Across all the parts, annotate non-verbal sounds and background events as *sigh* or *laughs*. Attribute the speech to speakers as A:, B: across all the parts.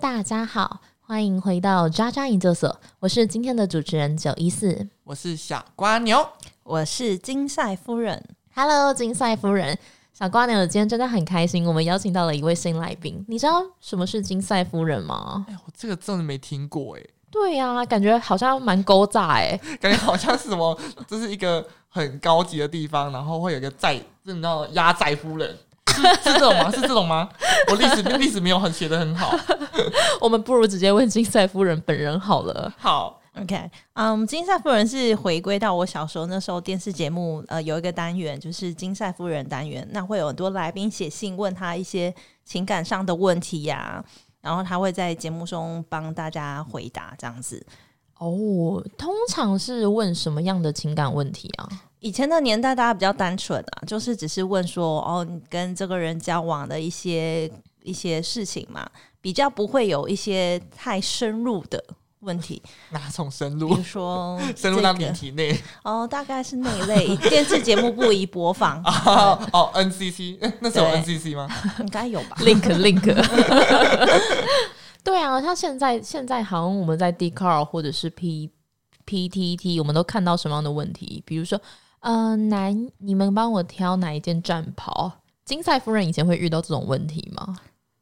A: 大家好，欢迎回到渣渣研究所，我是今天的主持人九一四。
B: 我是小瓜牛，
C: 我是金赛夫人，
A: Hello，金赛夫人，小瓜牛今天真的很开心，我们邀请到了一位新来宾。你知道什么是金赛夫人吗？
B: 哎，我这个真的没听过哎，
A: 对呀、感觉好像蛮勾诈哎、
B: 感觉好像是什么， *laughs* 这是一个很高级的地方，然后会有一个寨，这你知道压寨夫人。是是这种吗？是这种吗？我历
C: *laughs*
B: 史历史没有很学的很好，
A: *laughs* 我们不如直接问金赛夫人本人好了。
B: 好
C: OK，嗯，金赛夫人是回归到我小时候那时候电视节目，呃，有一个单元就是金赛夫人单元，那会有很多来宾写信问他一些情感上的问题呀、然后他会在节目中帮大家回答这样子。
A: 哦，通常是问什么样的情感问题啊？
C: 以前的年代大家比较单纯啊，就是只是问说哦，你跟这个人交往的一些一些事情嘛，比较不会有一些太深入的问题，
B: 哪种深
C: 比
B: 入
C: 如？说
B: *laughs* 深入到
C: 这个
B: 你体内
C: 哦，大概是那一类 *laughs* 电视节目不宜播放，
B: *laughs* 哦哦，NCC 哎 *laughs* 那时候
C: 对
B: NCC 吗？
C: *laughs* 应该有吧？
A: link link。对啊，像现在现在好像我们在 d c a r 或者是 P P T E T，我们都看到什么样的问题？比如说，呃，男，你们帮我挑哪一件战袍？金赛夫人以前会遇到这种问题吗？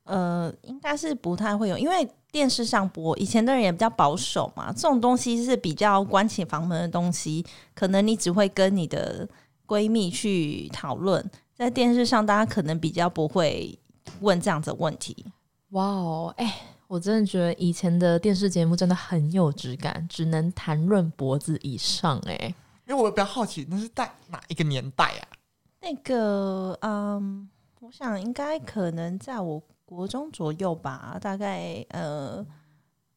C: 呃，应该是不太会有，因为电视上播，以前的人也比较保守嘛，这种东西是比较关起房门的东西，可能你只会跟你的闺蜜去讨论，在电视上大家可能比较不会问这样子的问题。
A: 哇哦，哎，我真的觉得以前的电视节目真的很有质感，只能谈论脖子以上、哎，
B: 因为我比较好奇，那是在哪一个年代啊？
C: 那个，嗯，我想应该可能在我国中左右吧，大概呃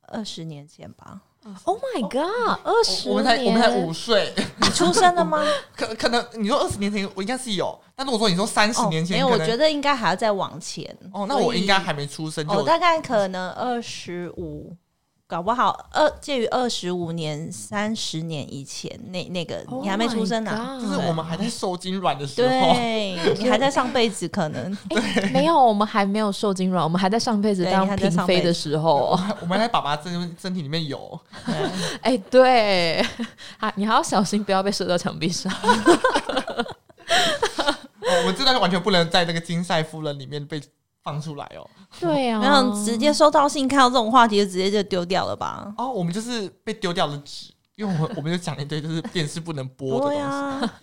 C: 二十年前吧。
A: Oh my god！二十、
B: 我们才我们才五岁，
C: 你出生了吗？
B: 可可能你说二十年前我应该是有，但如果说你说三十年前，
C: 哦、没有，
B: 可
C: 我
B: 能
C: 觉得应该还要再往前。
B: 哦，那我应该还没出生就
C: 我、哦、大概可能二十五，搞不好二介于二十五年、三十年以前那那个、你还没出生
A: Oh
B: *laughs*
C: 呢、
B: 就是我们还在受精卵的时候，
C: 嗯对，你还在上辈子可 *laughs* 能
A: 哎没有，我们还没有受精卵，我们还在上辈子
C: 对
A: 当
C: 还在
A: 嫔
C: 上
A: 妃
C: 辈
A: 的
C: 子
A: 时候。
B: *laughs* 我们还在爸爸身身体里面有，哦
C: 对
A: 哎、对， *laughs* 还你还要小心，不要被射到墙壁 *laughs* 上。
B: 哦我们真的完全不能在这个金赛夫人里面被放出来哦。
A: 对啊
C: 然后直接收到信，看到这种话题就直接就丢掉了吧？
B: 哦，我们就是被丢掉的纸，因为我们我们就讲了一堆就是电视不能播的东
C: 对
B: 西。 *laughs*
C: 啊，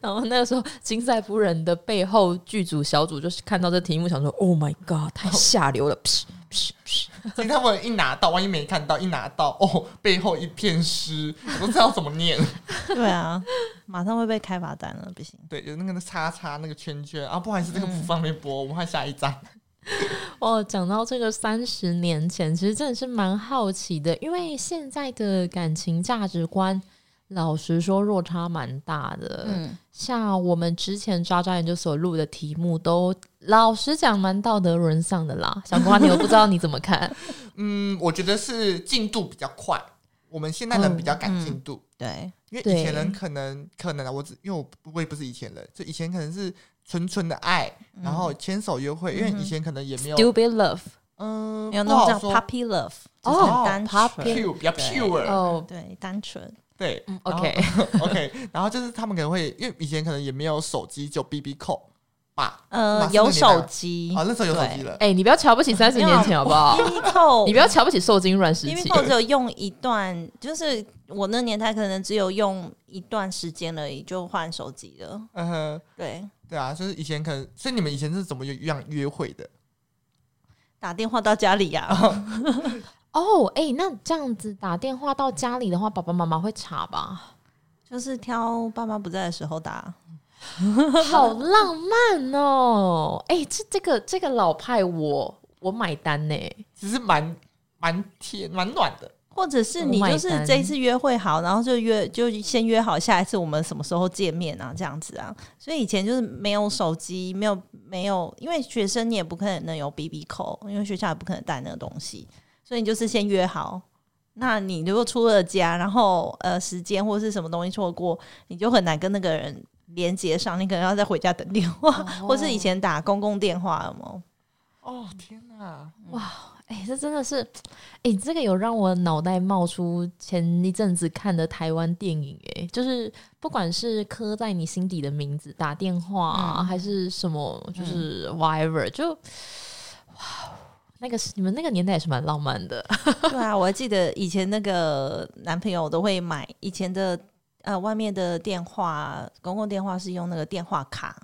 A: 然后那个时候，金赛夫人的背后剧组小组就是看到这题目，想说：“Oh my god，太下流 *laughs* 了！”噗噗噗
B: 金赛夫人一拿到，万一没看到，一拿到哦，背后一片湿，我都知道怎么念。
C: 对啊，马上会被开罚单了，不行。
B: 对，有那个叉叉那个圈圈啊，不好意思，这个
C: 嗯
B: 不方便播，我们换下一张。
A: 哦，讲到这个三十年前，其实真的是蛮好奇的，因为现在的感情价值观，老实说落差蛮大的。
C: 嗯，
A: 像我们之前抓抓研究所录的题目都，老实讲蛮道德沦丧的啦。小瓜，你我不知道你怎么看？
B: 嗯，我觉得是进度比较快，我们现在人
C: 嗯
B: 比较赶进度。
C: 对，
B: 因为
A: 对
B: 以前人可能可能啊，我只因为我不我也不是以前人，就以前可能是纯纯的爱，
A: 嗯
B: 然后牵手约会，因为以前可能也没有，
A: Stupid love
B: 嗯，
C: 没有
B: 不
C: 那种
B: 好
C: 叫
B: 说
C: puppy love，就
A: 哦
C: 是很单纯，
B: pure 比较
C: 对
B: pure，
A: 哦
C: 对，单纯，
B: 对
A: 嗯
B: 然后
A: ，OK，
B: *laughs* OK，然后就是他们可能会，因为以前可能也没有手机，就 BB 扣吧，
C: 呃
B: 马，上
C: 有
B: 就拿
C: 手机
B: 啊，那时候有手机了，
A: 哎、你不要瞧不起三十年前好不
C: *laughs*
A: 好？
C: ，BB
B: *laughs*
C: 扣
A: 你不要瞧不起受精卵时
C: B B
A: 期。
C: 扣只有用一段，就是我那年代可能只有用一段时间而已，就换手机了。
B: 嗯哼，
C: 对，
B: 对啊，就是以前可能，所以你们以前是怎么约约约会的？
C: 打电话到家里呀、啊， *laughs*
A: 哦，哎、那这样子打电话到家里的话，爸爸妈妈会查吧？
C: 就是挑爸妈不在的时候打。
A: 好浪漫哦！哎、这这个这个老派我我买单呢、
B: 其实蛮蛮贴蛮暖的，
C: 或者是你
A: 我买
C: 就
A: 单
C: 是这一次约会好，然后就约就先约好下一次我们什么时候见面啊，这样子啊。所以以前就是没有手机，没有没有，因为学生你也不可能有 B B 扣，因为学校也不可能带那个东西，所以你就是先约好。那你如果出了家，然后呃时间或是什么东西错过，你就很难跟那个人连接上，你可能要再回家等
A: 哦
C: *laughs* 电话，或是以前打公共电话有没有？
B: 哦天哪，
A: 哇，哎、哎、这真的是，哎、这个有让我脑袋冒出前一阵子看的台湾电影、哎，就是不管是刻在你心底的名字、打电话、啊
C: 嗯
A: 还是什么，就是 whatever，、就哇，那个是你们那个年代也是蛮浪漫的， *laughs*
C: *laughs* 对啊，我还记得以前那个男朋友都会买以前的呃外面的电话，公共电话是用那个电话卡，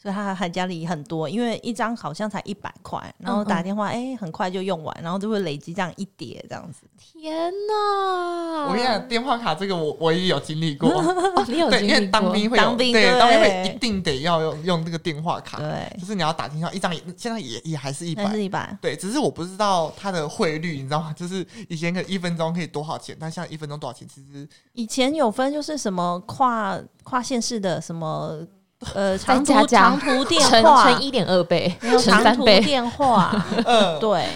C: 所以他还家里很多，因为一张好像才一百块，然后
A: 嗯嗯
C: 打电话哎、很快就用完，然后就会累积这样一叠这样子。
A: 天哪！
B: 我跟你讲，电话卡这个我我也有经历过，
A: 哦你有
B: 对，
A: 经
B: 因为
A: 历
B: 当
A: 过？
B: 兵会有
C: 当兵
B: 对，
C: 对
B: 当兵会一定得要用用这个电话卡，
C: 对，
B: 就是你要打听到一张也，现在也也还是一
C: 那
B: 百。
C: 啊是一百。
B: 对，只是我不知道它的汇率，你知道吗？ *laughs* 就是以前可能一分钟可以多少钱，但现在一分钟多少钱，其实
C: 以前有分就是什么跨跨县市的什么 *laughs* 呃
A: 再
C: 长途
A: 加价
C: 长途电
A: 乘
C: 话，
A: 乘一点二倍，
C: 没有
A: 乘
C: 长
A: 三
C: 途
A: 倍，
C: 电话。
A: 哦
B: 呃，
C: 对，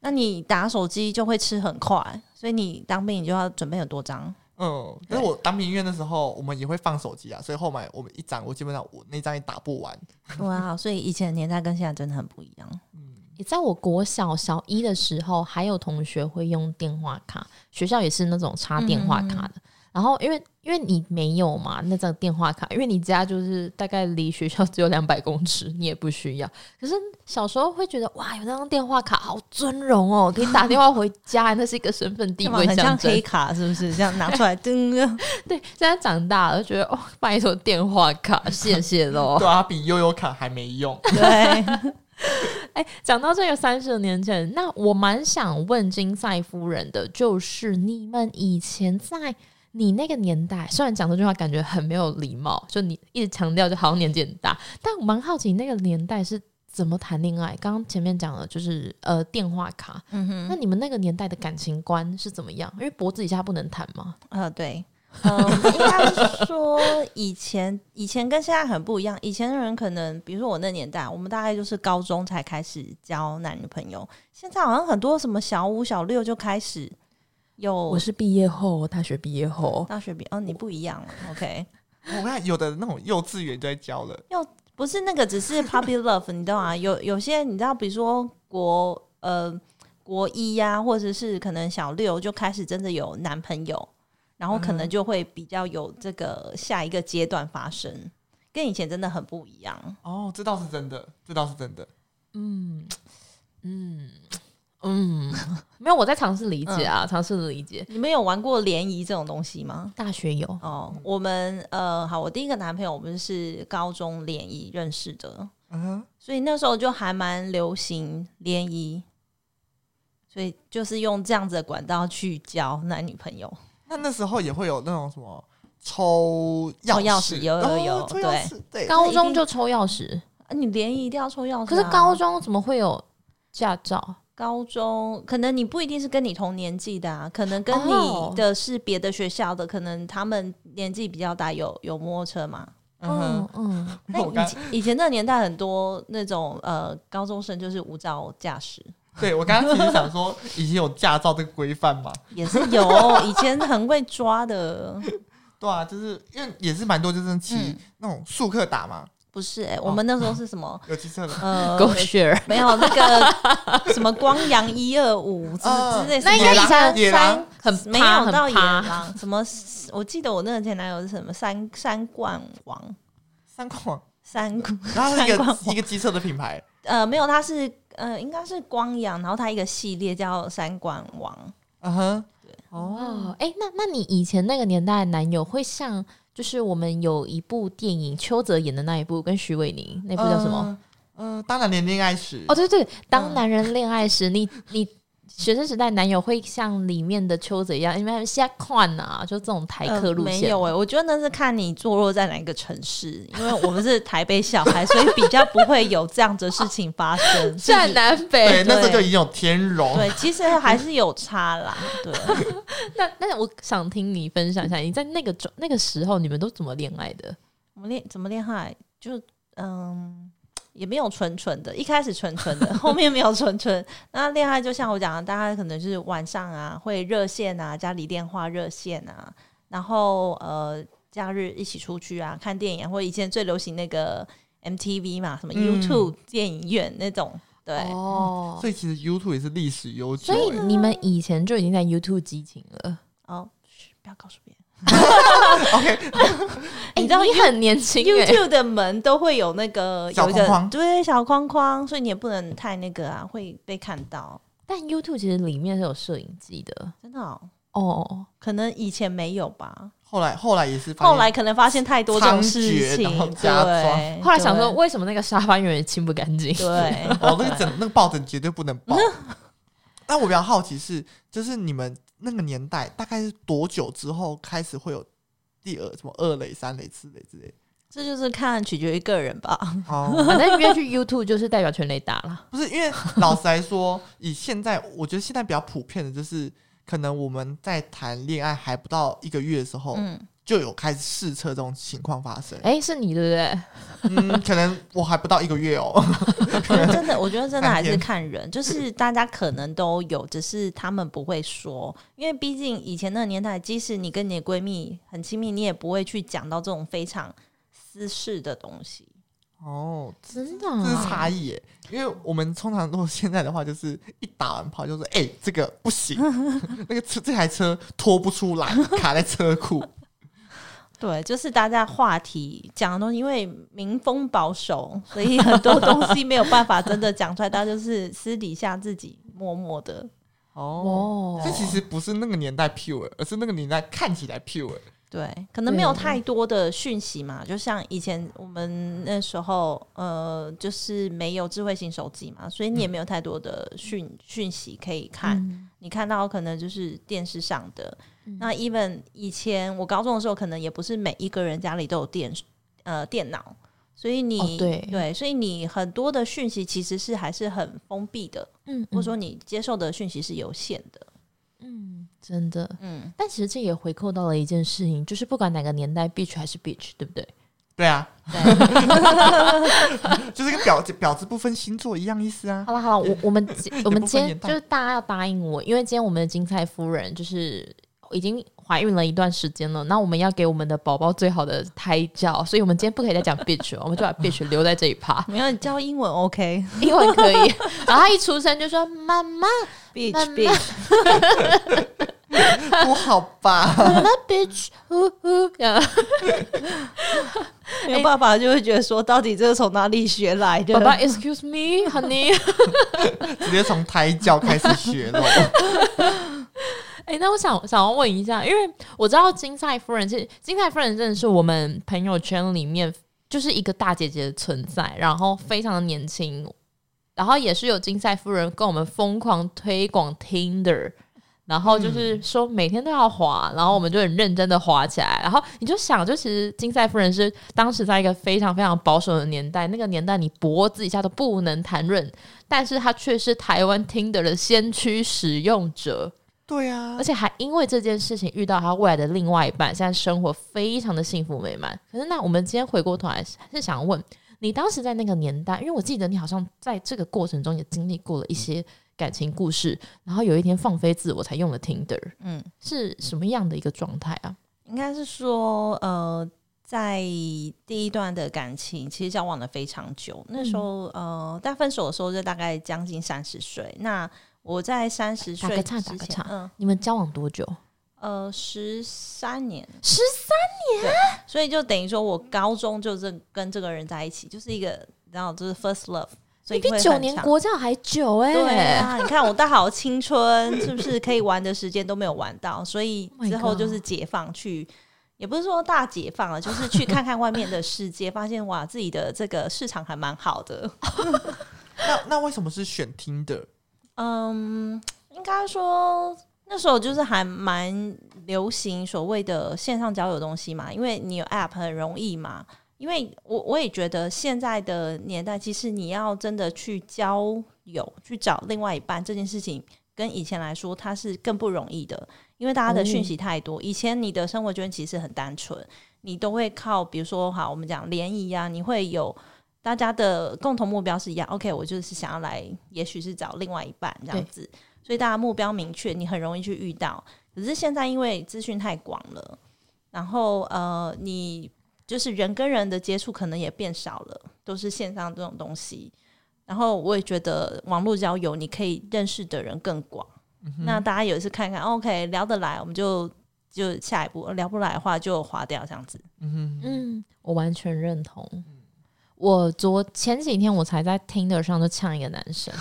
C: 那你打手机就会吃很快，所以你当兵你就要准备很
A: *laughs*
C: 多张。
B: 嗯，但是我当兵因为那时候我们也会放手机啊，所以后来我们一张，我基本上我那张也打不完。
C: 哇，啊所以以前的年代跟现在真的很不一样。
A: 你在我国小小一的时候，还有同学会用电话卡，学校也是那种插电话卡的。然后，因为因为你没有嘛，那张电话卡，因为你家就是大概离学校只有两百公尺，你也不需要。可是小时候会觉得哇，有那张电话卡好尊荣哦，可以打电话回家，那是一个身份地
C: 干嘛
A: 位
C: *laughs* 很
A: 象
C: 像
A: 征
C: 黑。卡，是不是？这样拿
A: *laughs*
C: 出来，噔，
A: 对，现在长大了就觉得哦，拜托电话卡，谢谢
B: *laughs*
A: 喽。
B: 对啊，它比悠悠卡还没用。 *laughs* 哦
C: 对，
A: 哎，讲到这个三十年前，那我蛮想问金赛夫人的，就是你们以前在你那个年代，虽然讲这句话感觉很没有礼貌，就你一直强调就好像年纪很大，但我蛮好奇那个年代是怎么谈恋爱。刚刚前面讲了，就是呃电话卡，
C: 嗯哼，
A: 那你们那个年代的感情观是怎么样？因为脖子以下不能谈嘛。
C: 呃，对。
A: 哦
C: 嗯，应该说以前以前跟现在很不一样。以前的人可能，比如说我那年代，我们大概就是高中才开始交男女朋友，现在好像很多什么小五、小六就开始有
A: 我是毕业后，大学毕业后，
C: 大学比哦，你不一样了，OK。
B: 我看有的那种幼稚园就在教了，
C: 不是那个，只是 puppy love，你知道吗？有有些你知道，比如说国呃国一呀、或者是可能小六就开始真的有男朋友，然后可能就会比较有这个下一个阶段发生，跟以前真的很不一样。
B: 哦，这倒是真的，这倒是真的。
A: 嗯，嗯嗯，没有，我在尝试理解啊，尝试理解。
C: 你们有玩过联谊这种东西吗？
A: 大学有，
C: 哦，我们呃，好，我第一个男朋友我们是高中联谊认识的，
B: 嗯哼，
C: 所以那时候就还蛮流行联谊，所以就是用这样子的管道去交男女朋友。
B: 那那时候也会有那种什么抽钥
C: 抽钥匙有有
B: 哦
C: 有
B: 抽钥匙对，
A: 高中就抽钥匙，
C: 啊、你联谊一定要抽钥匙啊、
A: 可是高中怎么会有驾照？
C: 高中可能你不一定是跟你同年纪的啊，可能跟
A: 哦
C: 你的是别的学校的，可能他们年纪比较大，有有摩托车嘛。
B: 嗯哼，
A: 嗯，
C: 那
B: 我
C: 以
B: 刚
C: 前以前那个年代很多那种呃高中生就是无照驾驶，
B: 对我刚刚其实想说，已经有驾照这个规范嘛，
C: 也是有以前很会抓的。
B: 对啊，就是因为也是蛮多就是骑
C: 嗯
B: 那种速克打嘛，
C: 不是哎、我们那时候是什么？
B: 有骑车
C: *laughs*
B: 的。
C: 呃，
A: 狗血儿。
C: 没有那个什么光阳一二五之
B: 嗯
C: 之类
A: *laughs*
C: 什
A: 哦那
C: 么，
A: 应该以前
B: 野狼
A: 很
C: 没
A: 趴
C: 有
A: 很
C: 到野
A: 趴
C: 狼，什么？我记得我那个前男友是什么三三冠王
B: 三冠，
C: 三冠
B: 然后它是一
C: 三冠
B: 个
C: 王
B: 一个机车的品牌，
C: 呃没有，他是呃应该是光阳，然后他一个系列叫三冠王，
B: 嗯哼，
A: 哦，哎、那那你以前那个年代的男友会像，就是我们有一部电影邱泽演的那一部，跟徐伟宁那
B: 那
A: 部叫什么？？
B: 呃，当然连恋爱时
A: 哦，对对，当
C: 嗯
A: 男人恋爱时，你你学生时代男友会像里面的邱泽一样，因为他们现在看啊，就这种台客
C: 呃
A: 路
C: 没
A: 线。
C: 有哎、我觉得那是看你坐落在哪一个城市，因为我们是台北小
A: *laughs*
C: 孩，所以比较不会有这样的事情发生。
A: 站南
B: 对，
A: 北，
B: 那时候就已经有天荣，
C: 对，其实还是有差啦，对。
A: *laughs* 那那我想听你分享一下，你在那个中那个时候，你们都怎么恋爱的？
C: 我们恋怎么恋爱？就嗯，也没有纯纯的，一开始纯纯的， *laughs* 后面没有纯纯。 *laughs* 那恋爱就像我讲的，大家可能就是晚上啊会热线啊，家里电话热线啊，然后呃假日一起出去啊看电影啊，或以前最流行那个 MTV 嘛，什么
B: 嗯
C: YouTube 电影院那种。对，
A: 哦，
B: 所以其实 YouTube 也是历史悠久、
A: 所以
B: 欸
A: 你们以前就已经在 YouTube 激情了。
C: 哦，嘘不要告诉别人。
B: OK，
A: 哎，
C: 你知道
A: 你很年轻哎、
C: YouTube 的门都会有那个
B: 小
C: 有一个
B: 框框
C: 对小框框，所以你也不能太那个啊，会被看到。
A: 但 YouTube 其实里面是有摄影机的
C: 真的、哦，
A: 哦。
C: 可能以前没有吧，
B: 后来后来也是发现，
C: 后来可能发现太多这种事
B: 猖獗然后
C: 情，
B: 加
C: 对。
A: 后来想说，
C: 对
A: 为什么那个沙发永远清不干净？
C: 对，
B: 哦，那个枕那个抱枕绝对不能抱。但我比较好奇是，就是你们那个年代大概是多久之后开始会有第二什么二类、三类、四类之类的？
C: 这就是看取决于个人吧。
B: *laughs*
A: *laughs*
B: 哦，
A: 反正约去 YouTube 就是代表全雷打了。
B: *laughs* 不是，因为老实来说，以现在我觉得现在比较普遍的就是，可能我们在谈恋爱还不到一个月的时候，
C: 嗯，
B: 就有开始试车这种情况发生。
A: 哎、是你对不对？
B: 嗯，可能我还不到一个月哦。
C: 我觉得真的，我觉得真的还
B: 三
C: 是
B: 天
C: 看人，就是大家可能都有，只是他们不会说，因为毕竟以前那个年代，即使你跟你的闺蜜很亲密，你也不会去讲到这种非常私事的东西。
B: *laughs* 哦，
A: 真的、
B: 这是
A: 啊？
B: 差异耶，因为我们通常如果现在的话，就是一打完炮就说，哎、这个不行， *laughs* 那个车这台车拖不出来， *laughs* 卡在车库。
C: 对，就是大家话题讲的东西，因为民风保守，所以很多东西没有办法真的讲出来，大家就是私底下自己默默的。
B: 哦，
A: 哦，
B: 这其实不是那个年代 pure，而是那个年代看起来 pure。
C: 对，可能没有
A: 对
C: 太多的讯息嘛，就像以前我们那时候，呃，就是没有智慧型手机嘛，所以你也没有太多的讯讯息可以看。
A: 嗯
C: 你看到可能就是电视上的。那 even 以前我高中的时候，可能也不是每一个人家里都有电视呃电脑，所以你、
A: 哦对
C: 所以你很多的讯息其实是还是很封闭的，
A: 嗯，
C: 或者
A: 我
C: 说你接受的讯息是有限的。
A: 嗯，真的。
C: 嗯，
A: 但其实这也回扣到了一件事情，就是不管哪个年代，bitch 还是 bitch，对不对？
B: 对啊，
C: *laughs* 对。
B: 就是跟婊子婊子不分星座一样意思啊。
A: 好了好了，我我们
B: *laughs*
A: 我们
B: 不分
A: 今天
B: 年代
A: 就是大家要答应我，因为今天我们的金菜夫人就是已经怀孕了一段时间了，那我们要给我们的宝宝最好的胎教，所以我们今天不可以再讲 bitch，了我们就把 bitch 留在这一趴，
C: 没有，你教英文
A: *laughs*
C: OK。
A: 英文可以。然后他一出生就说妈妈
C: *laughs* Beach
A: 慢慢
C: beach，
B: 不好吧？ *laughs*
A: 妈妈 bitch，呼呼，这样
C: 没有办法，就会觉得说，到底这是从哪里学来的？
A: 爸爸 excuse me，honey。
B: 直接从胎教开始学了。
A: 哎、那我想想要问一下，因为我知道金赛夫人是金赛夫人，真的是我们朋友圈里面就是一个大姐姐的存在，然后非常的年轻，然后也是有金赛夫人跟我们疯狂推广 Tinder。然后就是说每天都要滑，然后我们就很认真的滑起来。然后你就想，就其实金赛夫人是当时在一个非常非常保守的年代，那个年代你脖子以下都不能谈论，但是她却是台湾 Tinder 的先驱使用者。
B: *laughs* 对啊
A: 而，且还因为这件事情遇到他未来的另外一半，现在生活非常的幸福美满。可是，那我们今天回过头来是是想问你，当时在那个年代，因为我记得你好像在这个过程中也经历过了一些感情故事，然后有一天放飞自我才用了 Tinder，
C: 嗯，
A: 是什么样的一个状态啊？
C: 应该是说，呃，在第一段的感情其实交往了非常久，那
A: 嗯
C: 时候、呃，但分手的时候就大概将近三十岁。那我在三十
A: 打
C: 岁
A: 个岔
C: 之
A: 打个
C: 前
A: 岔，
C: 嗯，
A: 你们交往多久？
C: 呃，十三年，
A: 十
C: 所以就等于说我高中就是跟这个人在一起，就是一个，然后就是 first love，所
A: 你
C: 以
A: 比
C: 会
A: 九
C: 很
A: 年
C: 长
A: 国教还久哎、
C: 对啊，你看我大好青春，是不是可以玩的时间都没有玩到？所以
A: Oh my
C: 之后就是
A: God
C: 解放去，也不是说大解放了，就是去看看外面的世界，发现哇，自己的这个市场还蛮好的。
B: 那那为什么是选 Tinder？
C: 嗯，应该说那时候就是还蛮流行所谓的线上交友东西嘛，因为你有 App 很容易嘛。因为我我也觉得现在的年代，其实你要真的去交友、去找另外一半这件事情，跟以前来说它是更不容易的，因为大家的讯息太多。以前你的生活圈其实很单纯，你都会靠比如说哈，我们讲联谊啊，你会有大家的共同目标是一样。OK，我就是想要来，也许是找另外一半这样子，所以大家目标明确，你很容易去遇到。可是现在因为资讯太广了，然后呃，你就是人跟人的接触可能也变少了，都是线上这种东西。然后我也觉得网络交友，你可以认识的人更广。那大家有一次看看、哦 o k 聊得来，我们就就下一步；聊不来的话，就划掉这样子。
B: 嗯哼，
A: 嗯，我完全认同。
C: 嗯
A: 我昨前几天我才在 Tinder 上就呛一个男
C: *laughs*
A: 生，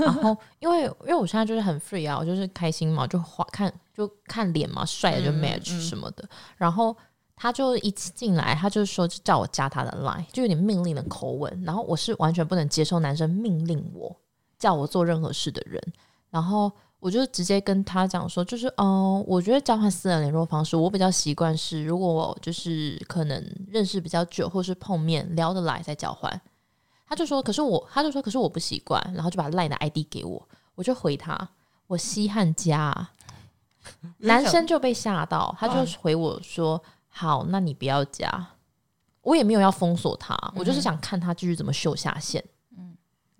A: 然后因为因为我现在就是很 free 啊，我就是开心嘛，就花看就看脸嘛，帅的就
C: 嗯嗯
A: match
C: 嗯
A: 什么的。然后他就一进来，他就说就叫我加他的 line，就有点命令的口吻。然后我是完全不能接受男生命令我叫我做任何事的人。然后我就直接跟他讲说，就是嗯、呃我觉得交换私人联络方式，我比较习惯是，如果我就是可能认识比较久，或是碰面聊得来再交换。他就说，可是我，他就说，可是我不习惯，然后就把赖的 ID 给我，我就回他，我稀罕加啊、男生就被吓到，他就回我说，好，那你不要加。我也没有要封锁他，我就是想看他继续怎么秀下限。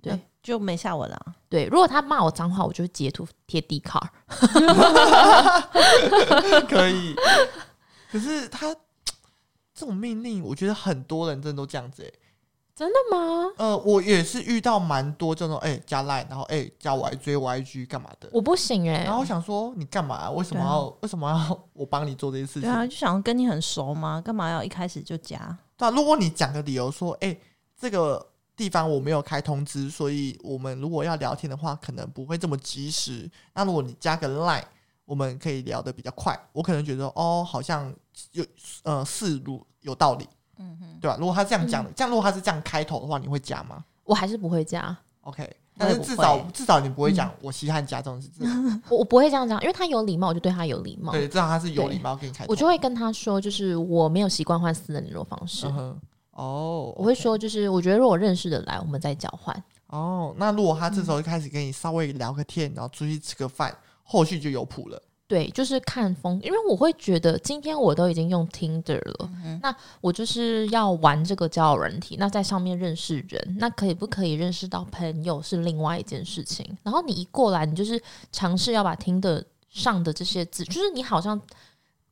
A: 对
C: 那就没下文了啊。
A: 对，如果他骂我脏话，我就会截图贴 D 卡。
B: 可以。 *laughs* 可是他这种命令，我觉得很多人真的都这样子、欸。
A: 真的吗？
B: 呃，我也是遇到蛮多这种，哎、加 line，然后哎、加我 IG 我 IG 干嘛的。
A: 我不行哎、
B: 然后我想说，你干嘛？为什么要、为什么要我帮你做这些事情？
C: 啊对啊，就想跟你很熟吗？干嘛要一开始就加？
B: 对啊，如果你讲个理由说，哎、这个地方我没有开通知，所以我们如果要聊天的话，可能不会这么及时。那如果你加个 line，我们可以聊得比较快。我可能觉得，哦，好像有呃，是如有道理，
C: 嗯哼，嗯
B: 对吧、如果他这样讲，这样如果他是这样开头的话，你会加吗
A: 我还是不会加，
B: ？OK，
C: 我
B: 但
C: 也
B: 是
C: 不
B: 至少
C: 会
B: 至少你不会讲
A: 嗯
B: 我稀罕加这种事，至
A: *laughs*
B: 少
A: 我我不会这样讲，因为他有礼貌，我就对他有礼貌。
B: 对，至少他是有
A: 对
B: 礼貌给你开头。
A: 我就会跟他说，就是我没有习惯换私人联络方式，
B: 嗯哼哦，
A: 我会
B: OK
A: 说，就是我觉得如果认识的来，我们再交换。
B: 哦，那如果他这时候就开始跟你稍微聊个天，然后出去吃个饭，
A: 嗯
B: 后续就有谱了。
A: 对，就是看风，因为我会觉得今天我都已经用 Tinder 了，那我就是要玩这个交友软体，那在上面认识人，那可以不可以认识到朋友是另外一件事情。然后你一过来，你就是尝试要把 Tinder 上的这些字，就是你好像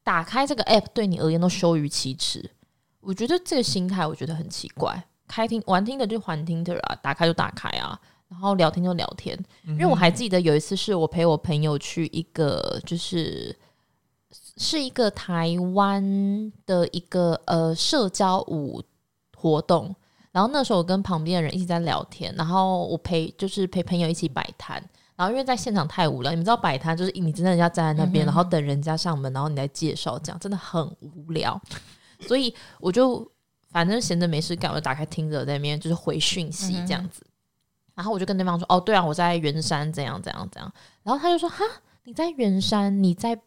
A: 打开这个 app 对你而言都羞于启齿。我觉得这个心态我觉得很奇怪，开听玩听的就玩听的啊，打开就打开啊，然后聊天就聊天，
B: 嗯
A: 因为我还记得有一次是我陪我朋友去一个，就是是一个台湾的一个呃社交舞活动，然后那时候我跟旁边的人一起在聊天，然后我陪就是陪朋友一起摆摊。然后因为在现场太无聊，你们知道摆摊就是你真的要站在那边，然后等人家上门，然后你来介绍，这样真的很无聊。所以我就反正闲着没事干，我就打开听着在那边就是回讯息这样子。然后我就跟对方说：“哦，对啊，我在圆山怎样怎样怎样。”然后他就说：“哈，你在圆山，你在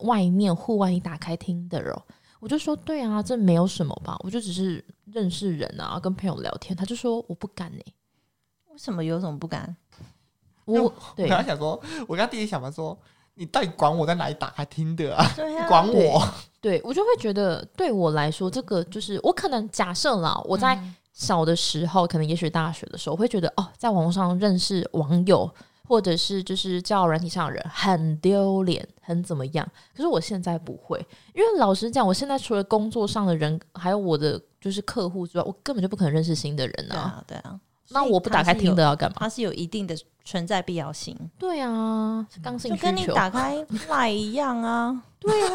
A: 外面户外，你打开听的哦。”我就说：“对啊，这没有什么吧，我就只是认识人啊，跟朋友聊天。”他就说：“我不敢呢、
C: 为什么有什么不
A: *laughs*
C: 敢？
A: 我
B: 我 *laughs*
A: 对
B: 刚刚想说，我刚刚第一想法说，你到底管我在哪里打开听
A: *laughs*
B: 的啊？
C: 对
B: 你
C: 啊，
B: 管
A: 对
B: 我？
A: 对，我就会觉得对我来说，这个就是我可能假设啦，我在
C: 嗯
A: 小的时候，可能也许大学的时候，我会觉得哦，在网络上认识网友或者是就是交友软体上的人很丢脸，很怎么样。可是我现在不会，因为老实讲，我现在除了工作上的人，还有我的就是客户之外，我根本就不可能认识新的人
C: 对
A: 啊。
C: 啊，对啊。
A: 那我不打开听的
C: 所以
A: 要干嘛？
C: 它是有，它是有一定的存在必要性，
A: 对啊，是刚性
C: 就
A: 需
C: 跟你
A: 求。
C: 打开赖一
A: *laughs*
C: 样啊。
A: 对啊，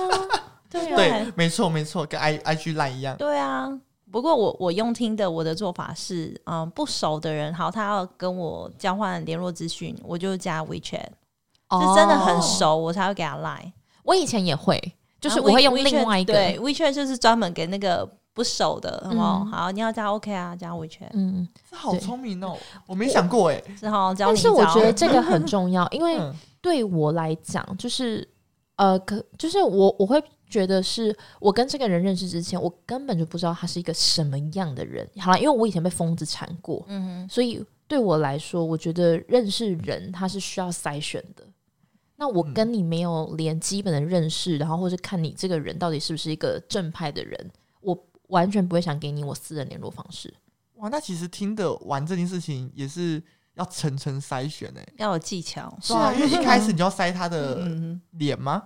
C: *laughs* 对啊
B: 对，没错，没错，跟 I I G 烂一样。
C: 对啊，不过我我用听的，我的做法是，嗯，不熟的人，好，他要跟我交换联络资讯，我就加 WeChat，是真的很
A: 哦
C: 熟，我才会给他 Line，啊
A: 我以前也会，就是
C: 然
A: 我
C: 后
A: 会用
C: WeChat-
A: 另外一个。
C: 对 WeChat 就是专门给那个不熟的，
A: 嗯
C: 哦、好，你要加 OK 啊，加 WeChat，
A: 嗯，
B: 这好聪明哦，我没想过哎。
C: 之后教
A: 但
C: 你一
A: 是我
C: 招
A: 觉得这个很重要，因为
B: 嗯
A: 对我来讲，就是呃，可就是我我会觉得是我跟这个人认识之前，我根本就不知道他是一个什么样的人。好了，因为我以前被疯子缠过，
C: 嗯
A: 所以对我来说，我觉得认识人他是需要筛选的。那我跟你没有连基本的认识，然后或是看你这个人到底是不是一个正派的人，我完全不会想给你我私人联络方式。
B: 哇，那其实听的玩这件事情也是要层层筛选哎。
C: 哼，要有技巧，
A: 是
B: 对
A: 啊
C: *laughs*
B: 因为一开始你就要筛他的
C: 嗯
B: 脸吗？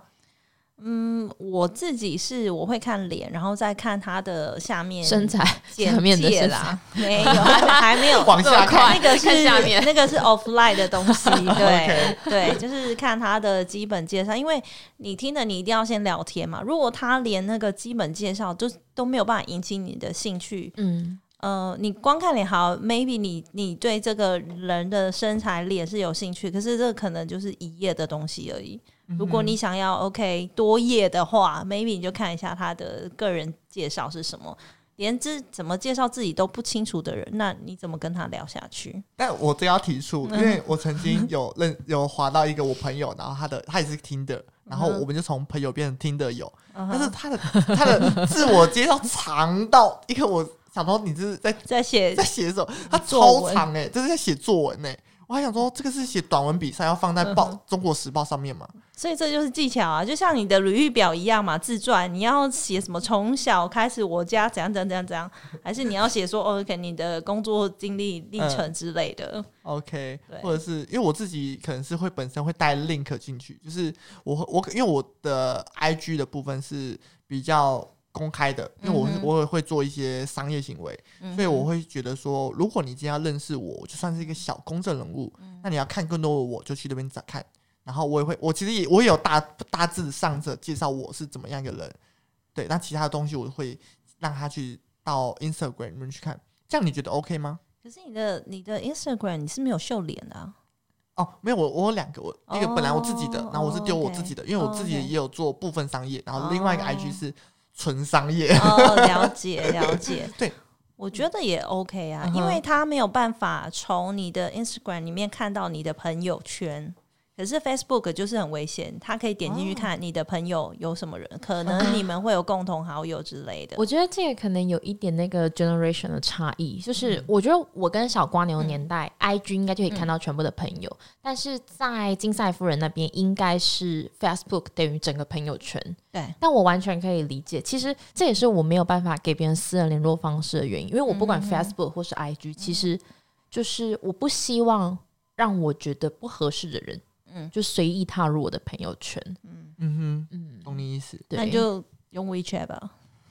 C: 嗯，我自己是我会看脸，然后再看他的下
A: *laughs*
C: 面
A: 身材
C: 简
A: 下 *laughs* 面的
C: 介
A: 身材，
C: 啦，没有，还还没有
B: 往下
A: 这么快
B: 看。
C: 那个
A: 看
C: 是
A: 下面
C: 那个是 offline 的东
A: *laughs*
C: 西，对
B: OK
C: 对，就是看他的基本介绍，因为你听的你一定要先聊天嘛。如果他连那个基本介绍就都没有办法引起你的兴趣，
A: 嗯，
C: 呃，你光看脸好，maybe 你你对这个人的身材脸是有兴趣，可是这可能就是一页的东西而已。如果你想要 OK 多页的话，maybe 你就看一下他的个人介绍是什么。连自怎么介绍自己都不清楚的人，那你怎么跟他聊下去？
B: 但我真要提出，
C: 嗯
B: 因为我曾经有认有滑到一个我朋友，然后他的他也是听的，然后我们就从朋友变成听的友，
C: 嗯
B: 但
C: 哼
B: 是他的他的自我介绍长到一个我想说你这是在
C: *laughs* 在写
B: 在写什么？他
C: 哎作
B: 超
C: 文
B: 长哎、这是在写作文哎、我还想说这个是写短文比赛要放在报
C: 嗯哼
B: 《中国时报》上面吗？
C: 所以这就是技巧啊，就像你的履历表一样嘛，自传你要写什么？从小开始我家怎样怎样怎样怎样，还是你要写说哦，可能你的工作经历历程之类的。
B: OK，
C: 对
B: 或者是因为我自己可能是会本身会带 link 进去，就是我会我因为我的 IG 的部分是比较公开的，因为我是、
C: 嗯哼
B: 我也会做一些商业行为，
C: 嗯
B: 所以我会觉得说，如果你今天要认识我，我就算是一个小公众人物，
C: 嗯
B: 那你要看更多的我，就去那边再看。然后我也会，我其实也我也有大大致上着介绍我是怎么样一个人，对，那其他的东西我会让他去到 Instagram 里面去看，这样你觉得 OK 吗？
C: 可是你的你的 Instagram 你是没有秀脸的、啊，
B: 哦，没有，我我有两个，我一个本来我自己的，
C: 哦
B: 然后我是丢我
C: 哦
B: 自己的，因为我
C: ，OK
B: 自己也有做部分商业，然后另外一个
C: 哦
B: IG 是纯商业。 *laughs*
C: 哦，了解了解，
B: 对。
C: 我觉得也 OK 啊
B: 嗯，哼
C: 因为他没有办法从你的 Instagram 里面看到你的朋友圈，可是 Facebook 就是很危险，他可以点进去
B: 哦
C: 看你的朋友有什么人，
B: *laughs*
C: 可能你们会有共同好友之类的。
A: 我觉得这个可能有一点那个 generation 的差异，
C: 嗯
A: 就是我觉得我跟小瓜牛年代、i g 应该就可以看到全部的朋
C: 嗯
A: 友，但是在金赛夫人那边应该是 Facebook 等于整个朋友圈，
C: 对，
A: 但我完全可以理解，其实这也是我没有办法给别人私人联络方式的原因，因为我不
C: 嗯
A: 管 Facebook 或是 IG，、其实就是我不希望让我觉得不合适的人，
C: 嗯
A: 就随意踏入我的朋友圈。
B: 嗯
A: 嗯
B: 哼，，懂你意思。
A: 对，
C: 那你就用 WeChat 吧，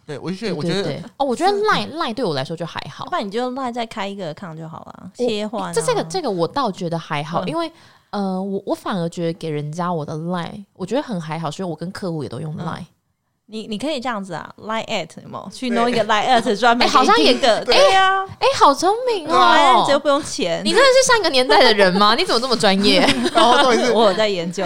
B: 对我就觉
A: 对
B: 得，我觉
A: 对
B: 得
A: 对哦，我觉得赖
C: 嗯
A: 赖对我来说就还好
C: 要不，然你就赖再开一个 account 就好了，
A: 我
C: 切换啊、
A: 这这个这个我倒觉得还好，
C: 嗯
A: 因为呃，我我反而觉得给人家我的 line，我觉得很还好，所以我跟客户也都用 line。
C: 你你可以这样子啊，line at 有没有去
B: 对
C: 弄一个 line at 专门
A: 哎好像也
C: 的，对呀、啊，
A: 哎、好聪明
C: 哇，这又
A: 哦！
C: 不用钱 *laughs*
A: 你。真的是上个年代的人 *laughs* 吗？你怎么这么专业？哎、
B: 然后重点是，
C: *laughs* 我有在研究，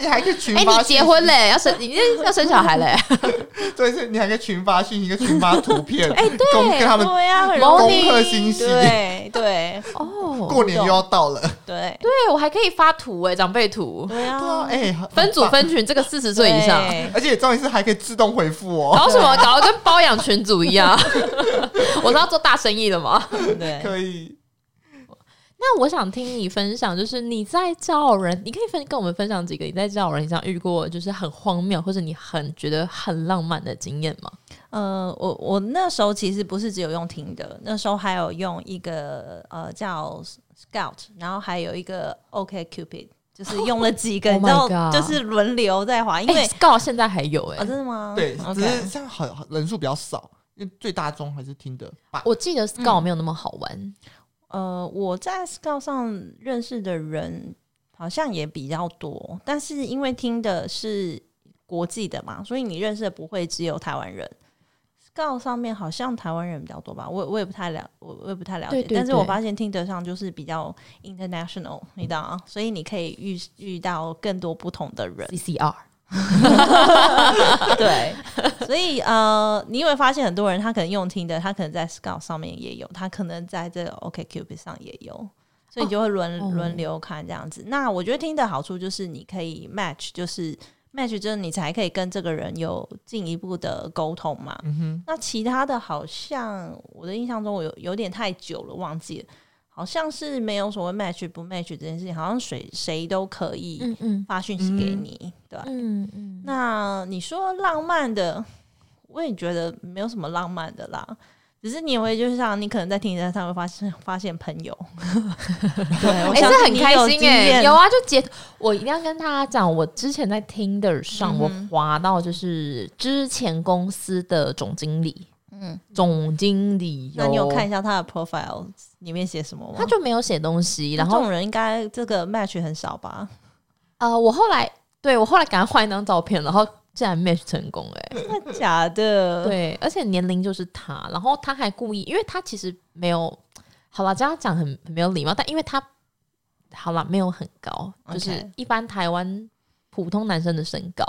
B: 你还可以群发
A: 你
B: 讯
A: 结婚嘞？要生，你这要生小孩嘞？
B: 息，重点是你还可以群发讯息，跟群发图片，
A: 哎对
B: 供跟他们
C: 对
B: *laughs*
C: 呀、啊，很
A: 谋
C: 容易
A: 利
B: 攻克信息。
C: 对对
A: *laughs* 哦，
B: 过年又要到了，
C: 对啊
A: 对我还可以发图哎、长辈图，
C: 对
B: 对啊，
C: 啊，
B: 哎，很
A: 分组，
B: 很棒
A: 分群，这个四十岁以上。
C: 对
B: 而且重点是还可以自动回复哦，
A: 搞什么？搞得跟包养群组一样？ *laughs* 我是要做大生意的吗？
C: 对，
B: 可以。
A: 那我想听你分享，就是你在交友人，你可以分跟我们分享几个你在交友人上遇过就是很荒谬，或者你很觉得很浪漫的经验吗？
C: 呃，我我那时候其实不是只有用听的，那时候还有用一个呃叫 Scout，然后还有一个 OK Cupid，就是用了几 *laughs* 个，
A: Oh
C: 你知道
A: my，god
C: 就是轮流在滑，因为
A: 哎、告现在还有哎、
C: 哦，真的吗？
B: 对，只是
C: ，OK，
B: 像好好人数比较少，因为最大宗还是听的吧。
A: 我
C: 嗯
A: 记得 Scout 没有那么好玩，
C: 呃，我在 Scout 上认识的人好像也比较多，但是因为听的是国际的嘛，所以你认识的不会只有台湾人。Scout 上面好像台湾人比较多吧，我我也不太了，我我也不太了
A: 对
C: 解。
A: 对
C: 但是我
A: 对
C: 发现听得上就是比较 international，你知道啊，所以你可以遇遇到更多不同的人。
A: CCR
C: 对，所以呃，你有没有发现很多人他可能用听的，他可能在 Scout 上面也有，他可能在这个 OK Cupid 上也有，所以就会轮
A: 哦
C: 轮、流看这样子。那我觉得听的好处就是你可以 match，就是 match 就是你才可以跟这个人有进一步的沟通嘛。
B: 嗯哼，
C: 那其他的好像我的印象中，我有有点太久了，忘记了。好像是没有所谓 match 不 match 这件事情，好像谁谁都可以
A: 嗯嗯
C: 发讯息给
B: 嗯
C: 你，对吧？
A: 嗯嗯，
C: 那你说浪漫的，我也觉得没有什么浪漫的啦。只是你也会就是像你可能在停车上会发现发现朋
A: *laughs*
C: 友，对，我
A: 哎、
C: 相
A: 这
C: 信
A: 很
C: 你
A: 开
C: 有
A: 心
C: 经
A: 哎、
C: 验
A: 有啊，就截图。我一定要跟大家讲，我之前在 Tinder 上，
C: 嗯哼
A: 我滑到就是之前公司的总经理，
C: 嗯，
A: 总经理哟、
C: 那你有看一下他的 profile 里面写什么吗？
A: 他就没有写东西，然
C: 这
A: 后
C: 种人应该这个 match 很少
A: *laughs*
C: 吧？
A: 呃，我后来对我后来赶快换一张照片，然后竟然 match 成功哎、
C: *laughs* 真的假的？，
A: 对，而且年龄就是他，然后他还故意，因为他其实没有，好啦，这样讲很很没有礼貌，但因为他好啦，没有很高，就是
C: OK
A: 一般台湾普通男生的身高，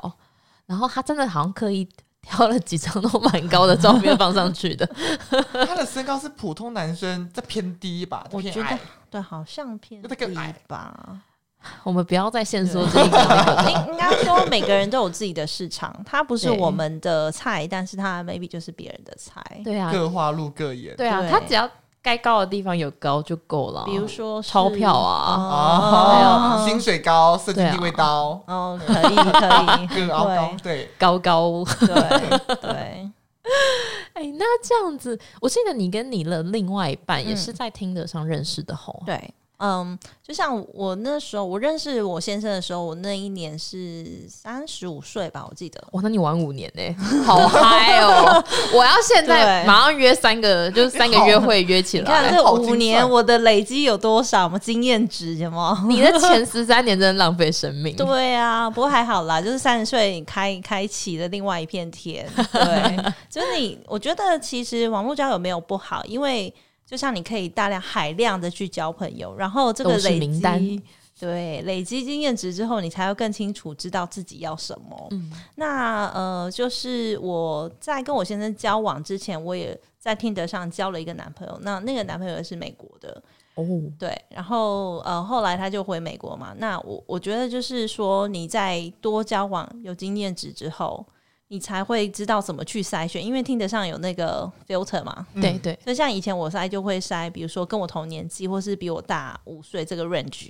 A: 然后他真的好像刻意挑了几张都蛮高的照片放上
C: *laughs*
A: 去的，
B: 他的身高是普通男生，再偏低吧，
C: 我
B: 偏
C: 觉
B: 矮
C: 得对，好像偏
B: 那个更
C: 低
B: 矮
C: 吧。
A: 我们不要再限
C: *laughs*
A: 缩这一个，
C: 应应该说每个人都有自己的市场，它不是
A: 对
C: 我们的菜，但是它 maybe 就是别人的菜。
A: 对啊，
B: 各花入各眼。
A: 对啊，
C: 对
A: 他只要该高的地方有高就够了啊，
C: 比如说是
A: 钞票啊
B: 哦，
C: 哦
B: 薪水高，社
A: 对
B: 经
A: 啊
B: 地位高，
C: 哦，可以可以，
B: 更凹高，对，
A: 高高。
C: 对对对，
A: 哎、那这样子，我记得你跟你的另外一半也
C: 嗯
A: 是在听得上认识的吼。
C: 对，嗯，就像我那时候，我认识我先生的时候，我那一年是三十五岁吧，我记得。
A: 哇，那你玩五年呢、
C: *laughs*
A: 好嗨哦！我要现在
C: 对
A: 马上约三个，就是三个约会约起
C: 你看
A: 来。
C: 这
B: 好精
C: 五
B: 算
C: 年我的累积有多少嘛？经验值有没
A: *laughs*
C: 有？
A: 你的前十三年真的浪费生命。
C: 对啊，不过还好啦，就是三十岁开开启了另外一片天。对，就是你，我觉得其实网络交友没有不好，因为就像你可以大量海量的去交朋友，然后这个
A: 都是
C: 累
A: 名单
C: 积。对，累积经验值之后，你才会更清楚知道自己要什么。
A: 嗯
C: 那呃，就是我在跟我先生交往之前，我也在听得上交了一个男朋友。那那个男朋友也是美国的，
A: 哦，
C: 对，然后呃，后来他就回美国嘛。那我我觉得就是说，你在多交往有经验值之后，你才会知道怎么去筛选，因为听得上有那个 filter 嘛。
B: 嗯
A: 对对，
C: 所以像以前我筛就会筛，比如说跟我同年纪或是比我大五岁这个 range。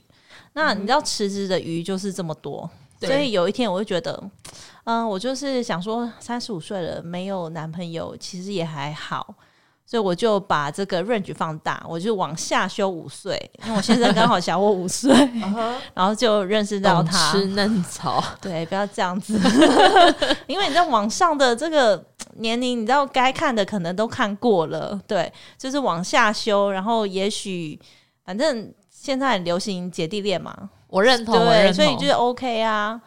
C: 那你知道池子的鱼就是这么多，
A: 嗯对
C: 所以有一天我就觉得，嗯、我就是想说三十五岁了没有男朋友，其实也还好。所以我就把这个 range 放大，我就往下修五岁，因为我先生刚好小我五岁， *laughs*
B: 嗯啊
C: 然后就认识到
A: 懂
C: 他。
A: 吃嫩
C: *laughs*
A: 草，
C: 对，不要这
B: *laughs*
C: 样子，因为你在网上的这个年龄，你知道该看的可能都看过了，对，就是往下修，然后也许反正现在很流行姐弟恋嘛，
A: 我认同，我
C: 对，
A: 认
C: 所以
A: 同。
C: 就是 OK 啊，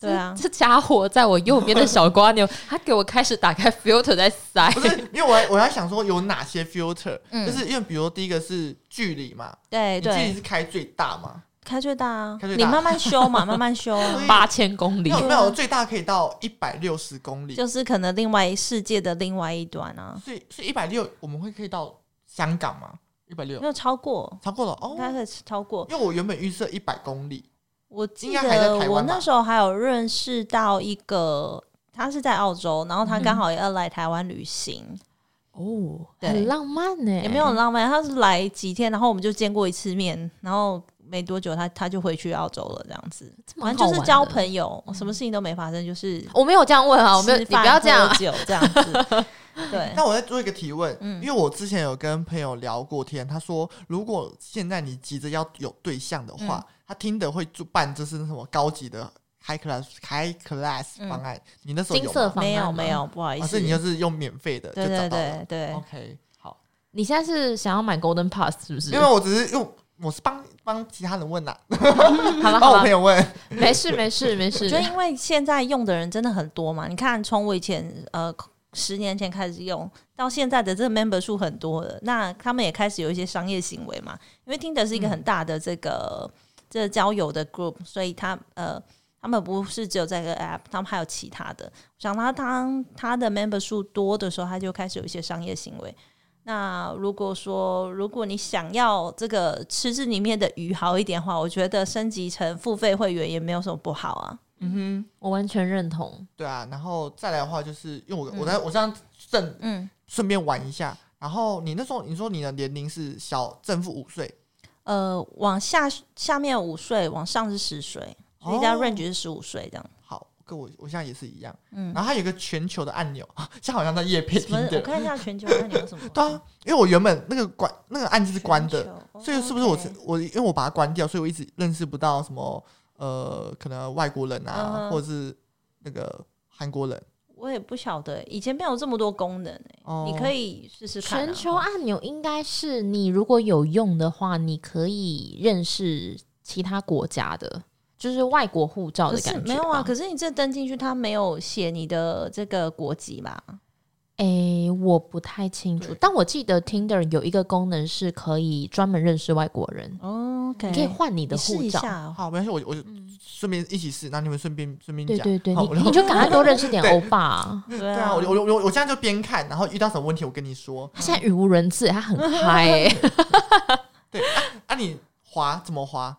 C: 对啊
A: 这，这家伙在我右边的小瓜牛，他给我开始打开 filter 在塞。
B: 不是，因为我还我还想说有哪些 filter，
C: 嗯
B: 就是因为比如第一个是距离嘛，
C: 对
B: 你距离
C: 对，
B: 是开最大嘛，
C: 开最大啊，
B: 开最
C: 你
B: 大
C: 慢慢修嘛，慢慢修
B: *laughs*
C: 啊
B: 所以
A: 八千公
C: *laughs*
A: 里
B: 没，有没有最大可以到一百六十公里，
C: 就是可能另外世界的另外一端啊，
B: 所以所以一百六我们会可以到香港嘛，一百六
C: 没有超过，
B: 超过了
C: 应该
B: 哦，
C: 会超过，
B: 因为我原本预设一百公里，
C: 我记
B: 应该还在
C: 得
B: 台
C: 我
B: 湾吧
C: 那时候还有认识到一个，他是在澳洲，然后
B: 嗯
C: 他刚好也要来台湾旅行，
A: 哦，
C: 对
A: 很浪漫呢、
C: 也没有很浪漫。他是来几天，然后我们就见过一次面，然后没多久他他就回去澳洲了，这样子。
A: 这蛮好
C: 反正
A: 玩的
C: 就是交朋友，
B: 嗯
C: 什么事情都没发生，就是
A: 我没有这样问啊，我没有，你
C: 吃饭
A: 不要这样
C: 喝
A: 啊。
C: 酒这样
B: *laughs*
C: 子。对，
B: 那我再做一个提问，
C: 嗯
B: 因为我之前有跟朋友聊过天，他说如果现在你急着要有对象的话，他听的会就办就是那什么高级的 high class high class 方案，你那时候有
A: 金色
B: 吗？
A: 方
C: 没有
A: 案吗
C: 没有，不好意
B: 啊，
C: 思，
B: 所以你就是用免费的就找
C: 对对
B: 到了。
C: 对对
B: OK，好，
A: 你现在是想要买 Golden Pass 是不是？
B: 因为我只是用我是帮帮其他人问呐、
A: *laughs* 好了
B: 帮
A: 好
B: 我朋
A: 了，
B: 友问， *laughs*
A: 没事没事没
C: 我
A: 事
C: 觉。得因为现在用的人真的很多嘛，你看从我以前呃十年前开始用到现在的这个 member 数很多了，那他们也开始有一些商业行为嘛，因为听的是一个很大的这个、这个交友的 group，所以他呃。他们不是只有这个 app，他们还有其他的。想他当他的 member 数多的时候，他就开始有一些商业行为。那如果说如果你想要这个池子里面的鱼好一点的话，我觉得升级成付费会员也没有什么不好啊。
B: 嗯哼，
A: 我完全认同。
B: 对啊，然后再来的话就是因为我、我在我这样顺
C: 嗯，
B: 顺便玩一下，然后你那时候你说你的年龄是小正负五岁，
C: 呃，往下下面五岁，往上是十岁，所以
B: 哦 *laughs*
C: 这样 range 是十五岁这样。
B: 好，跟我我现在也是一样。
C: 嗯，
B: 然后它有一个全球的按钮， *laughs* 像好像在夜配
C: 什
B: 听
C: 么？我
B: 的，
C: 看一下全球按钮有什么？
B: *laughs* 对啊，因为我原本那个关那个按键是
C: 全球，
B: 关的，
C: 哦
B: 所以是不是我
C: OK
B: 我因为我把它关掉，所以我一直认识不到什么呃，可能外国人啊，
C: 嗯哼
B: 或者是那个韩国人。
C: 我也不晓得，以前没有这么多功能欸
B: 哦，
C: 你可以试试看啊。
A: 全球按钮应该是你如果有用的话，你可以认识其他国家的，就是外国护照
C: 可
A: 的
C: 是
A: 感觉吧。
C: 没有啊，可是你这登进去，它没有写你的这个国籍吧？
A: 诶、我不太清楚
B: 对，
A: 但我记得 Tinder 有一个功能是可以专门认识外国人，
C: 哦，OK，
A: 你可以换你
C: 你
A: 的
C: 试
A: 护
C: 一
A: 照。
C: 下。
B: 好，没关系，我我就
C: 嗯
B: 顺便一起试，那你们顺便顺便
A: 对
B: 讲。
A: 对对，
B: 好
A: 你
B: 我就
A: 你
B: *laughs*
A: 就赶快多认识点欧巴啊。
C: 对
B: 对啊，我就我就我就我现在就边看，然后遇到什么问题我跟你说。
A: 他现在语无伦次，
C: *laughs*
A: 他很嗨、欸、
B: 对啊，啊你滑怎么滑？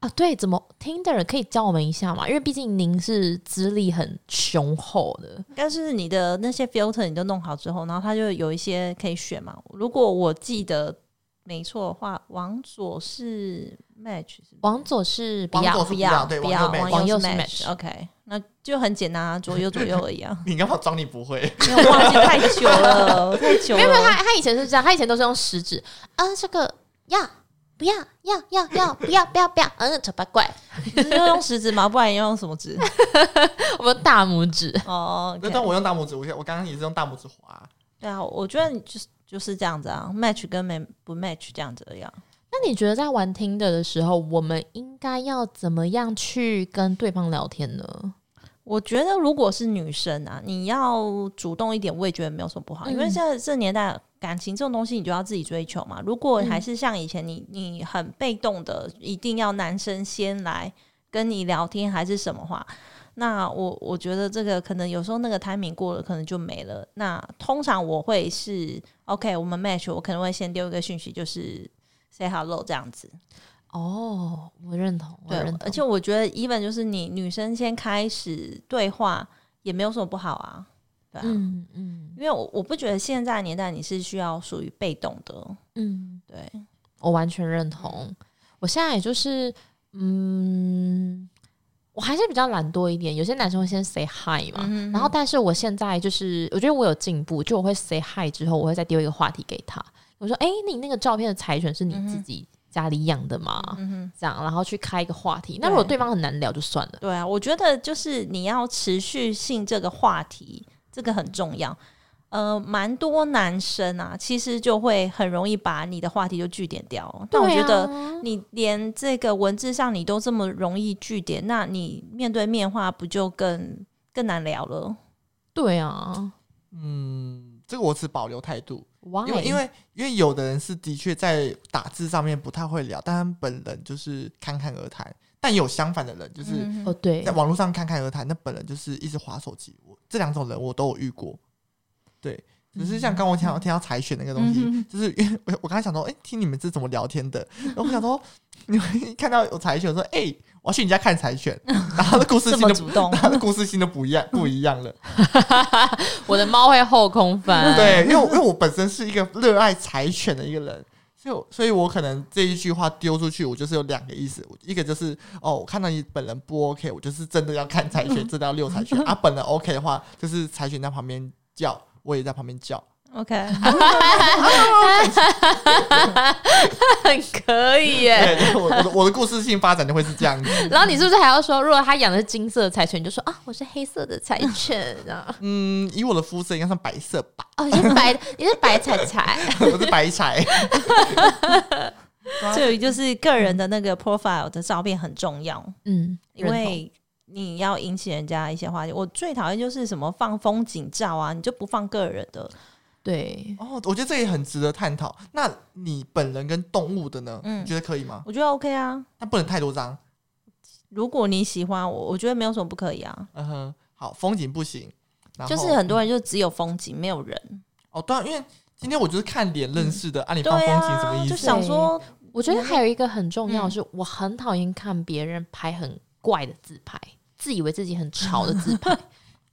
A: 啊！对，怎么 Tinder 可以教我们一下嘛？因为毕竟您是资历很雄厚的，
C: 但是你的那些 filter 你都弄好之后，然后它就有一些可以选嘛。如果我记得没错的话，往左是 match，是
A: 往左是比
B: 往
A: 亚
B: 左是
C: 不
B: 不
C: 要
B: 要，对，
C: 不
B: 往
C: 要，
B: 右没。。
A: 往右
C: 是
A: 是
C: match。
A: match
C: OK，那就很简单啊，左右左右而已啊
B: 你干嘛装你不会？
C: 因为我忘记太久了，太久
A: 没有没有，他
C: 了。
A: 他以前是这样，他以前都是用食指，啊、这个要不要要要要不要不要不要，嗯，丑八怪，
C: 你是要用食指吗？不然要用什么指？
A: 我们大拇指。
C: 哦
B: *laughs*
C: ，OK，
B: 那但我用大拇指，我现在我刚刚也是用大拇指滑。
C: 对啊，我觉得你就是就是这样子啊，match 跟没不 match 这样子而已啊。
A: 那你觉得在玩 Tinder 的时候，我们应该要怎么样去跟对方聊天呢？
C: 我觉得如果是女生啊，你要主动一点，我也觉得没有什么不好，
A: 嗯
C: 因为现在这年代感情这种东西，你就要自己追求嘛。如果还是像以前你你很被动的，一定要男生先来跟你聊天还是什么话。那我我觉得这个可能有时候那个 timing 过了，可能就没了。那通常我会是 OK，我们 match，我可能会先丢一个讯息，就是 say hello 这样子。
A: 哦，我认同，我
C: 对
A: 认，同，
C: 而且我觉得，even 就是你女生先开始对话，也没有什么不好啊，对啊，
A: 嗯嗯
C: 因为我我不觉得现在的年代你是需要属于被动的，
A: 嗯，
C: 对，
A: 我完全认同。我现在也就是，嗯，我还是比较懒惰一点。有些男生会先 say hi 嘛，
C: 嗯
A: 啊然后但是我现在就是，我觉得我有进步，就我会 say hi 之后，我会再丢一个话题给他，我说：“哎、你那个照片的柴犬是你自己家里养的吗？”
C: 嗯哼，
A: 这样，然后去开一个话题。那如果
C: 对
A: 对方很难聊，就算了。
C: 对啊，我觉得就是你要持续性这个话题，这个很重要。呃，蛮多男生啊，其实就会很容易把你的话题就据点掉。哦但我觉得
A: 得
C: 你连这个文字上你都这么容易据点，那你面对面的话不就更更难聊了？
A: 对啊
B: 嗯，这个我持保留态度，
C: 哦
A: ，Why？
B: 因为因为因为有的人是的确在打字上面不太会聊，但他们本人就是侃侃而谈。但也有相反的人，就是
C: 嗯
A: 哦，对
B: 在，网络上侃侃而谈，那本人就是一直划手机。我这两种人我都有遇过，对。只是像刚我讲听到柴选那个东西，
C: 嗯
B: *laughs* 就是因为我我刚才想说，哎、听你们是怎么聊天的？然后我想说，你们看到有柴犬说，哎、我要去你家看柴
C: *laughs*
B: 犬，然后他的故事
C: 这
B: 性
C: 么
B: 都 *laughs*
C: 主动，
B: 他的故事性都不一样，不一样了。
A: *laughs* 我的猫会后空翻。
B: *laughs* 对，因
C: 嗯
B: 为我因为我本身是一个热爱柴犬的一个人，所以我所以我可能这一句话丢出去，我就是有两个意思，一个就是哦，我看到你本人不 OK，我就是真的要看柴犬，真的要遛柴犬啊。本人 OK 的话，就是柴犬在旁边叫，我也在旁边叫。 *laughs*
C: OK，
A: 很可以耶。
B: *laughs* 对，对我我的我的故事性发展就会是这样子。 *laughs*
A: *laughs* 然后你是不是还要说，如果他养的是金色的柴犬，你就说啊，我是黑色的柴 *laughs* 犬啊，
B: 嗯，以我的肤色应该算白色吧，
A: 哦，你是白，你是白柴柴。
B: 我是白柴。啊
C: 这里就是个人的那个 profile 的照片很重要，
A: *laughs* 嗯，
C: 因为你要引起人家一些话题。我最讨厌就是什么放风景照啊，你就不放个人的。
A: 对，
B: 哦，我觉得这也很值得探讨。那你本人跟动物的呢？
C: 嗯
B: 你觉得可以吗？
C: 我觉得 OK 啊，
B: 那不能太多张。
C: 如果你喜欢我，我觉得没有什么不可以啊。
B: 嗯哼，好，风景不行，然后嗯
C: 就是很多人就只有风景，没有人。
B: 哦，对、啊，因为今天我就是看脸认识的，啊，你
C: 嗯对
B: 放风景什
C: 啊
B: 么，意
C: 就
B: 思？
C: 想说，
A: 我觉得还有一个很重要
C: 嗯
A: 的是，我很讨厌看别人拍很怪的自拍，自以为自己很潮的自 *laughs* 拍，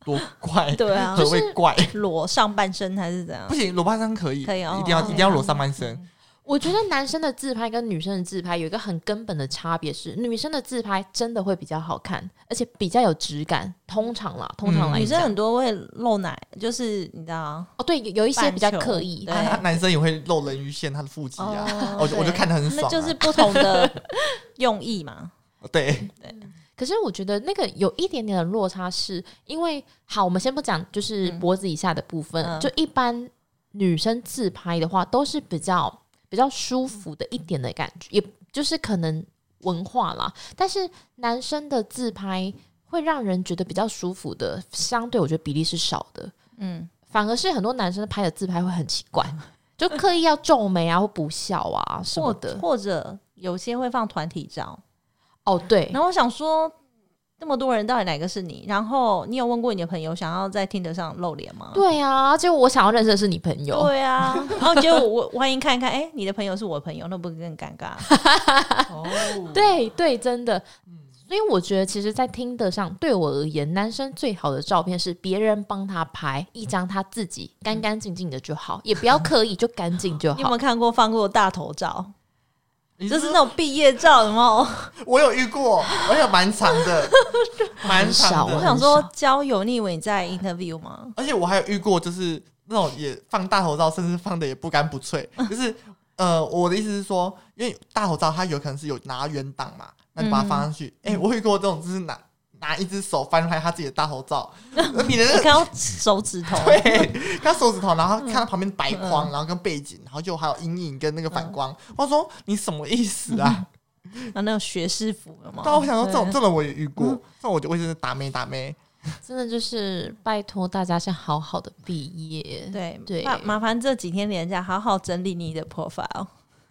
B: 多怪，
C: *laughs* 对啊，
B: 何
A: 就是
B: 谓怪？
C: 裸上半身还是怎样
B: 不？行，裸半身可以，
C: 可以哦
B: 一定要
C: 哦
B: 一定要裸上半身。
A: 我觉得男生的自拍跟女生的自拍有一个很根本的差别是，女生的自拍真的会比较好看，而且比较有质感。通常啦，通常来
B: 嗯
A: 讲，
C: 女生很多会露奶，就是你知道，
A: 哦，对，有有一些比较
C: 半球
A: 刻意
C: 对，
B: 啊啊男生也会露人鱼线，他的腹肌啊，
C: 哦
B: 我就我就
C: 对
B: 看得很爽、
C: 那
B: 啊。
C: 就是不同的用意嘛。
B: 对，
A: 可是我觉得那个有一点点的落差是，因为好，我们先不讲就是
C: 嗯
A: 脖子以下的部分，
C: 嗯
A: 就一般女生自拍的话，都是比较比较舒服的一点的感觉，也就是可能文化啦。但是男生的自拍会让人觉得比较舒服的，相对我觉得比例是少的，
C: 嗯，
A: 反而是很多男生拍的自拍会很奇
C: *laughs*
A: 怪，就刻意要皱眉啊或不笑啊什么
C: 或
A: 的。
C: 或者有些会放团体照，
A: 哦，对，
C: 然后我想说。这么多人，到底哪个是你？然后你有问过你的朋友，想要在听得上露脸吗？
A: 对啊，结果我想要认识的是你朋友。
C: 对啊，
B: *laughs*
C: 然后结果我万一看一看，哎、你的朋友是我的朋友，那不是更
B: *laughs*
C: 尴尬？
B: 哦，
A: 对对，真的。所以我觉得，其实，在听得上，对我而言，男生最好的照片是别人帮他拍一张他自己干干净净的就好，也不要刻意，就干净就
C: *laughs* 你有没
A: 好
C: 有。看过放过大头照？
B: 你
C: 就是
B: 说
C: 那种毕业照，有没
B: *laughs*
C: 有？
B: 我有遇过，而且蛮长
C: *laughs*
B: 的，蛮长
A: 少
B: 的。
C: 我
A: 很
C: 想说
A: 少，
C: 交友你以为你在 interview
B: *laughs*
C: 吗？
B: 而且我还有遇过，就是那种也放大头照，甚至放的也不干不脆。就是呃，我的意思是说，因为大头照它有可能是有拿原档嘛，那你把它放上去。哎、我遇过这种，就是拿拿一只手翻开他自己的大头照，呃你的那
C: 你
B: 个
C: 看到手指头，
B: 对，看手指头，然后看到旁边白框，然后跟背景，然后就还有阴影跟那个反光。我说你什么意思 *laughs* 啊？
C: 然后那种学士服，有吗？
B: 但我想说这种
C: 对
B: 这种我也遇过，这种我就我就是打妹打妹。
A: 真的就是拜托大家先好好的毕业。
C: 对
A: 对
C: 麻麻烦这几天连假好好整理你的 profile。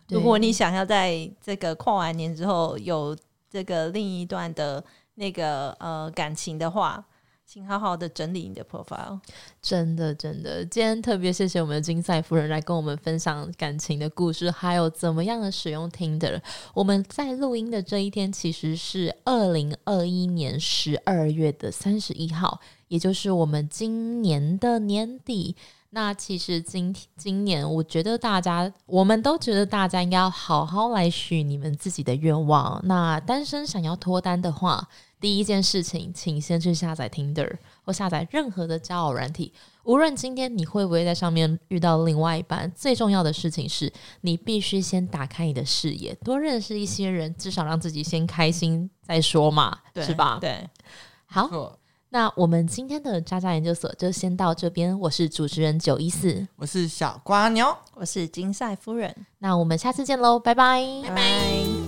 A: 对
C: 如果你想要在这个跨完年之后有这个另一段的那个呃感情的话，请好好的整理你的 profile。
A: 真的真的，今天特别谢谢我们的金赛夫人来跟我们分享感情的故事，还有怎么样的使用 Tinder。我们在录音的这一天其实是二零二一年十二月的三十一号，也就是我们今年的年底。那其实今今年，我觉得大家，我们都觉得大家应该要好好来许你们自己的愿望。那单身想要脱单的话，第一件事情，请先去下载 Tinder。或下载任何的交友软体，无论今天你会不会在上面遇到另外一半，最重要的事情是你必须先打开你的视野，多认识一些人，至少让自己先开心再说嘛，
C: 对，
A: 是吧？
C: 对，
A: 好，那我们今天的渣渣研究所就先到这边，我是主持人九一四，
B: 我是小瓜牛。
C: 我是金赛夫人，
A: 那我们下次见喽，拜拜
C: 拜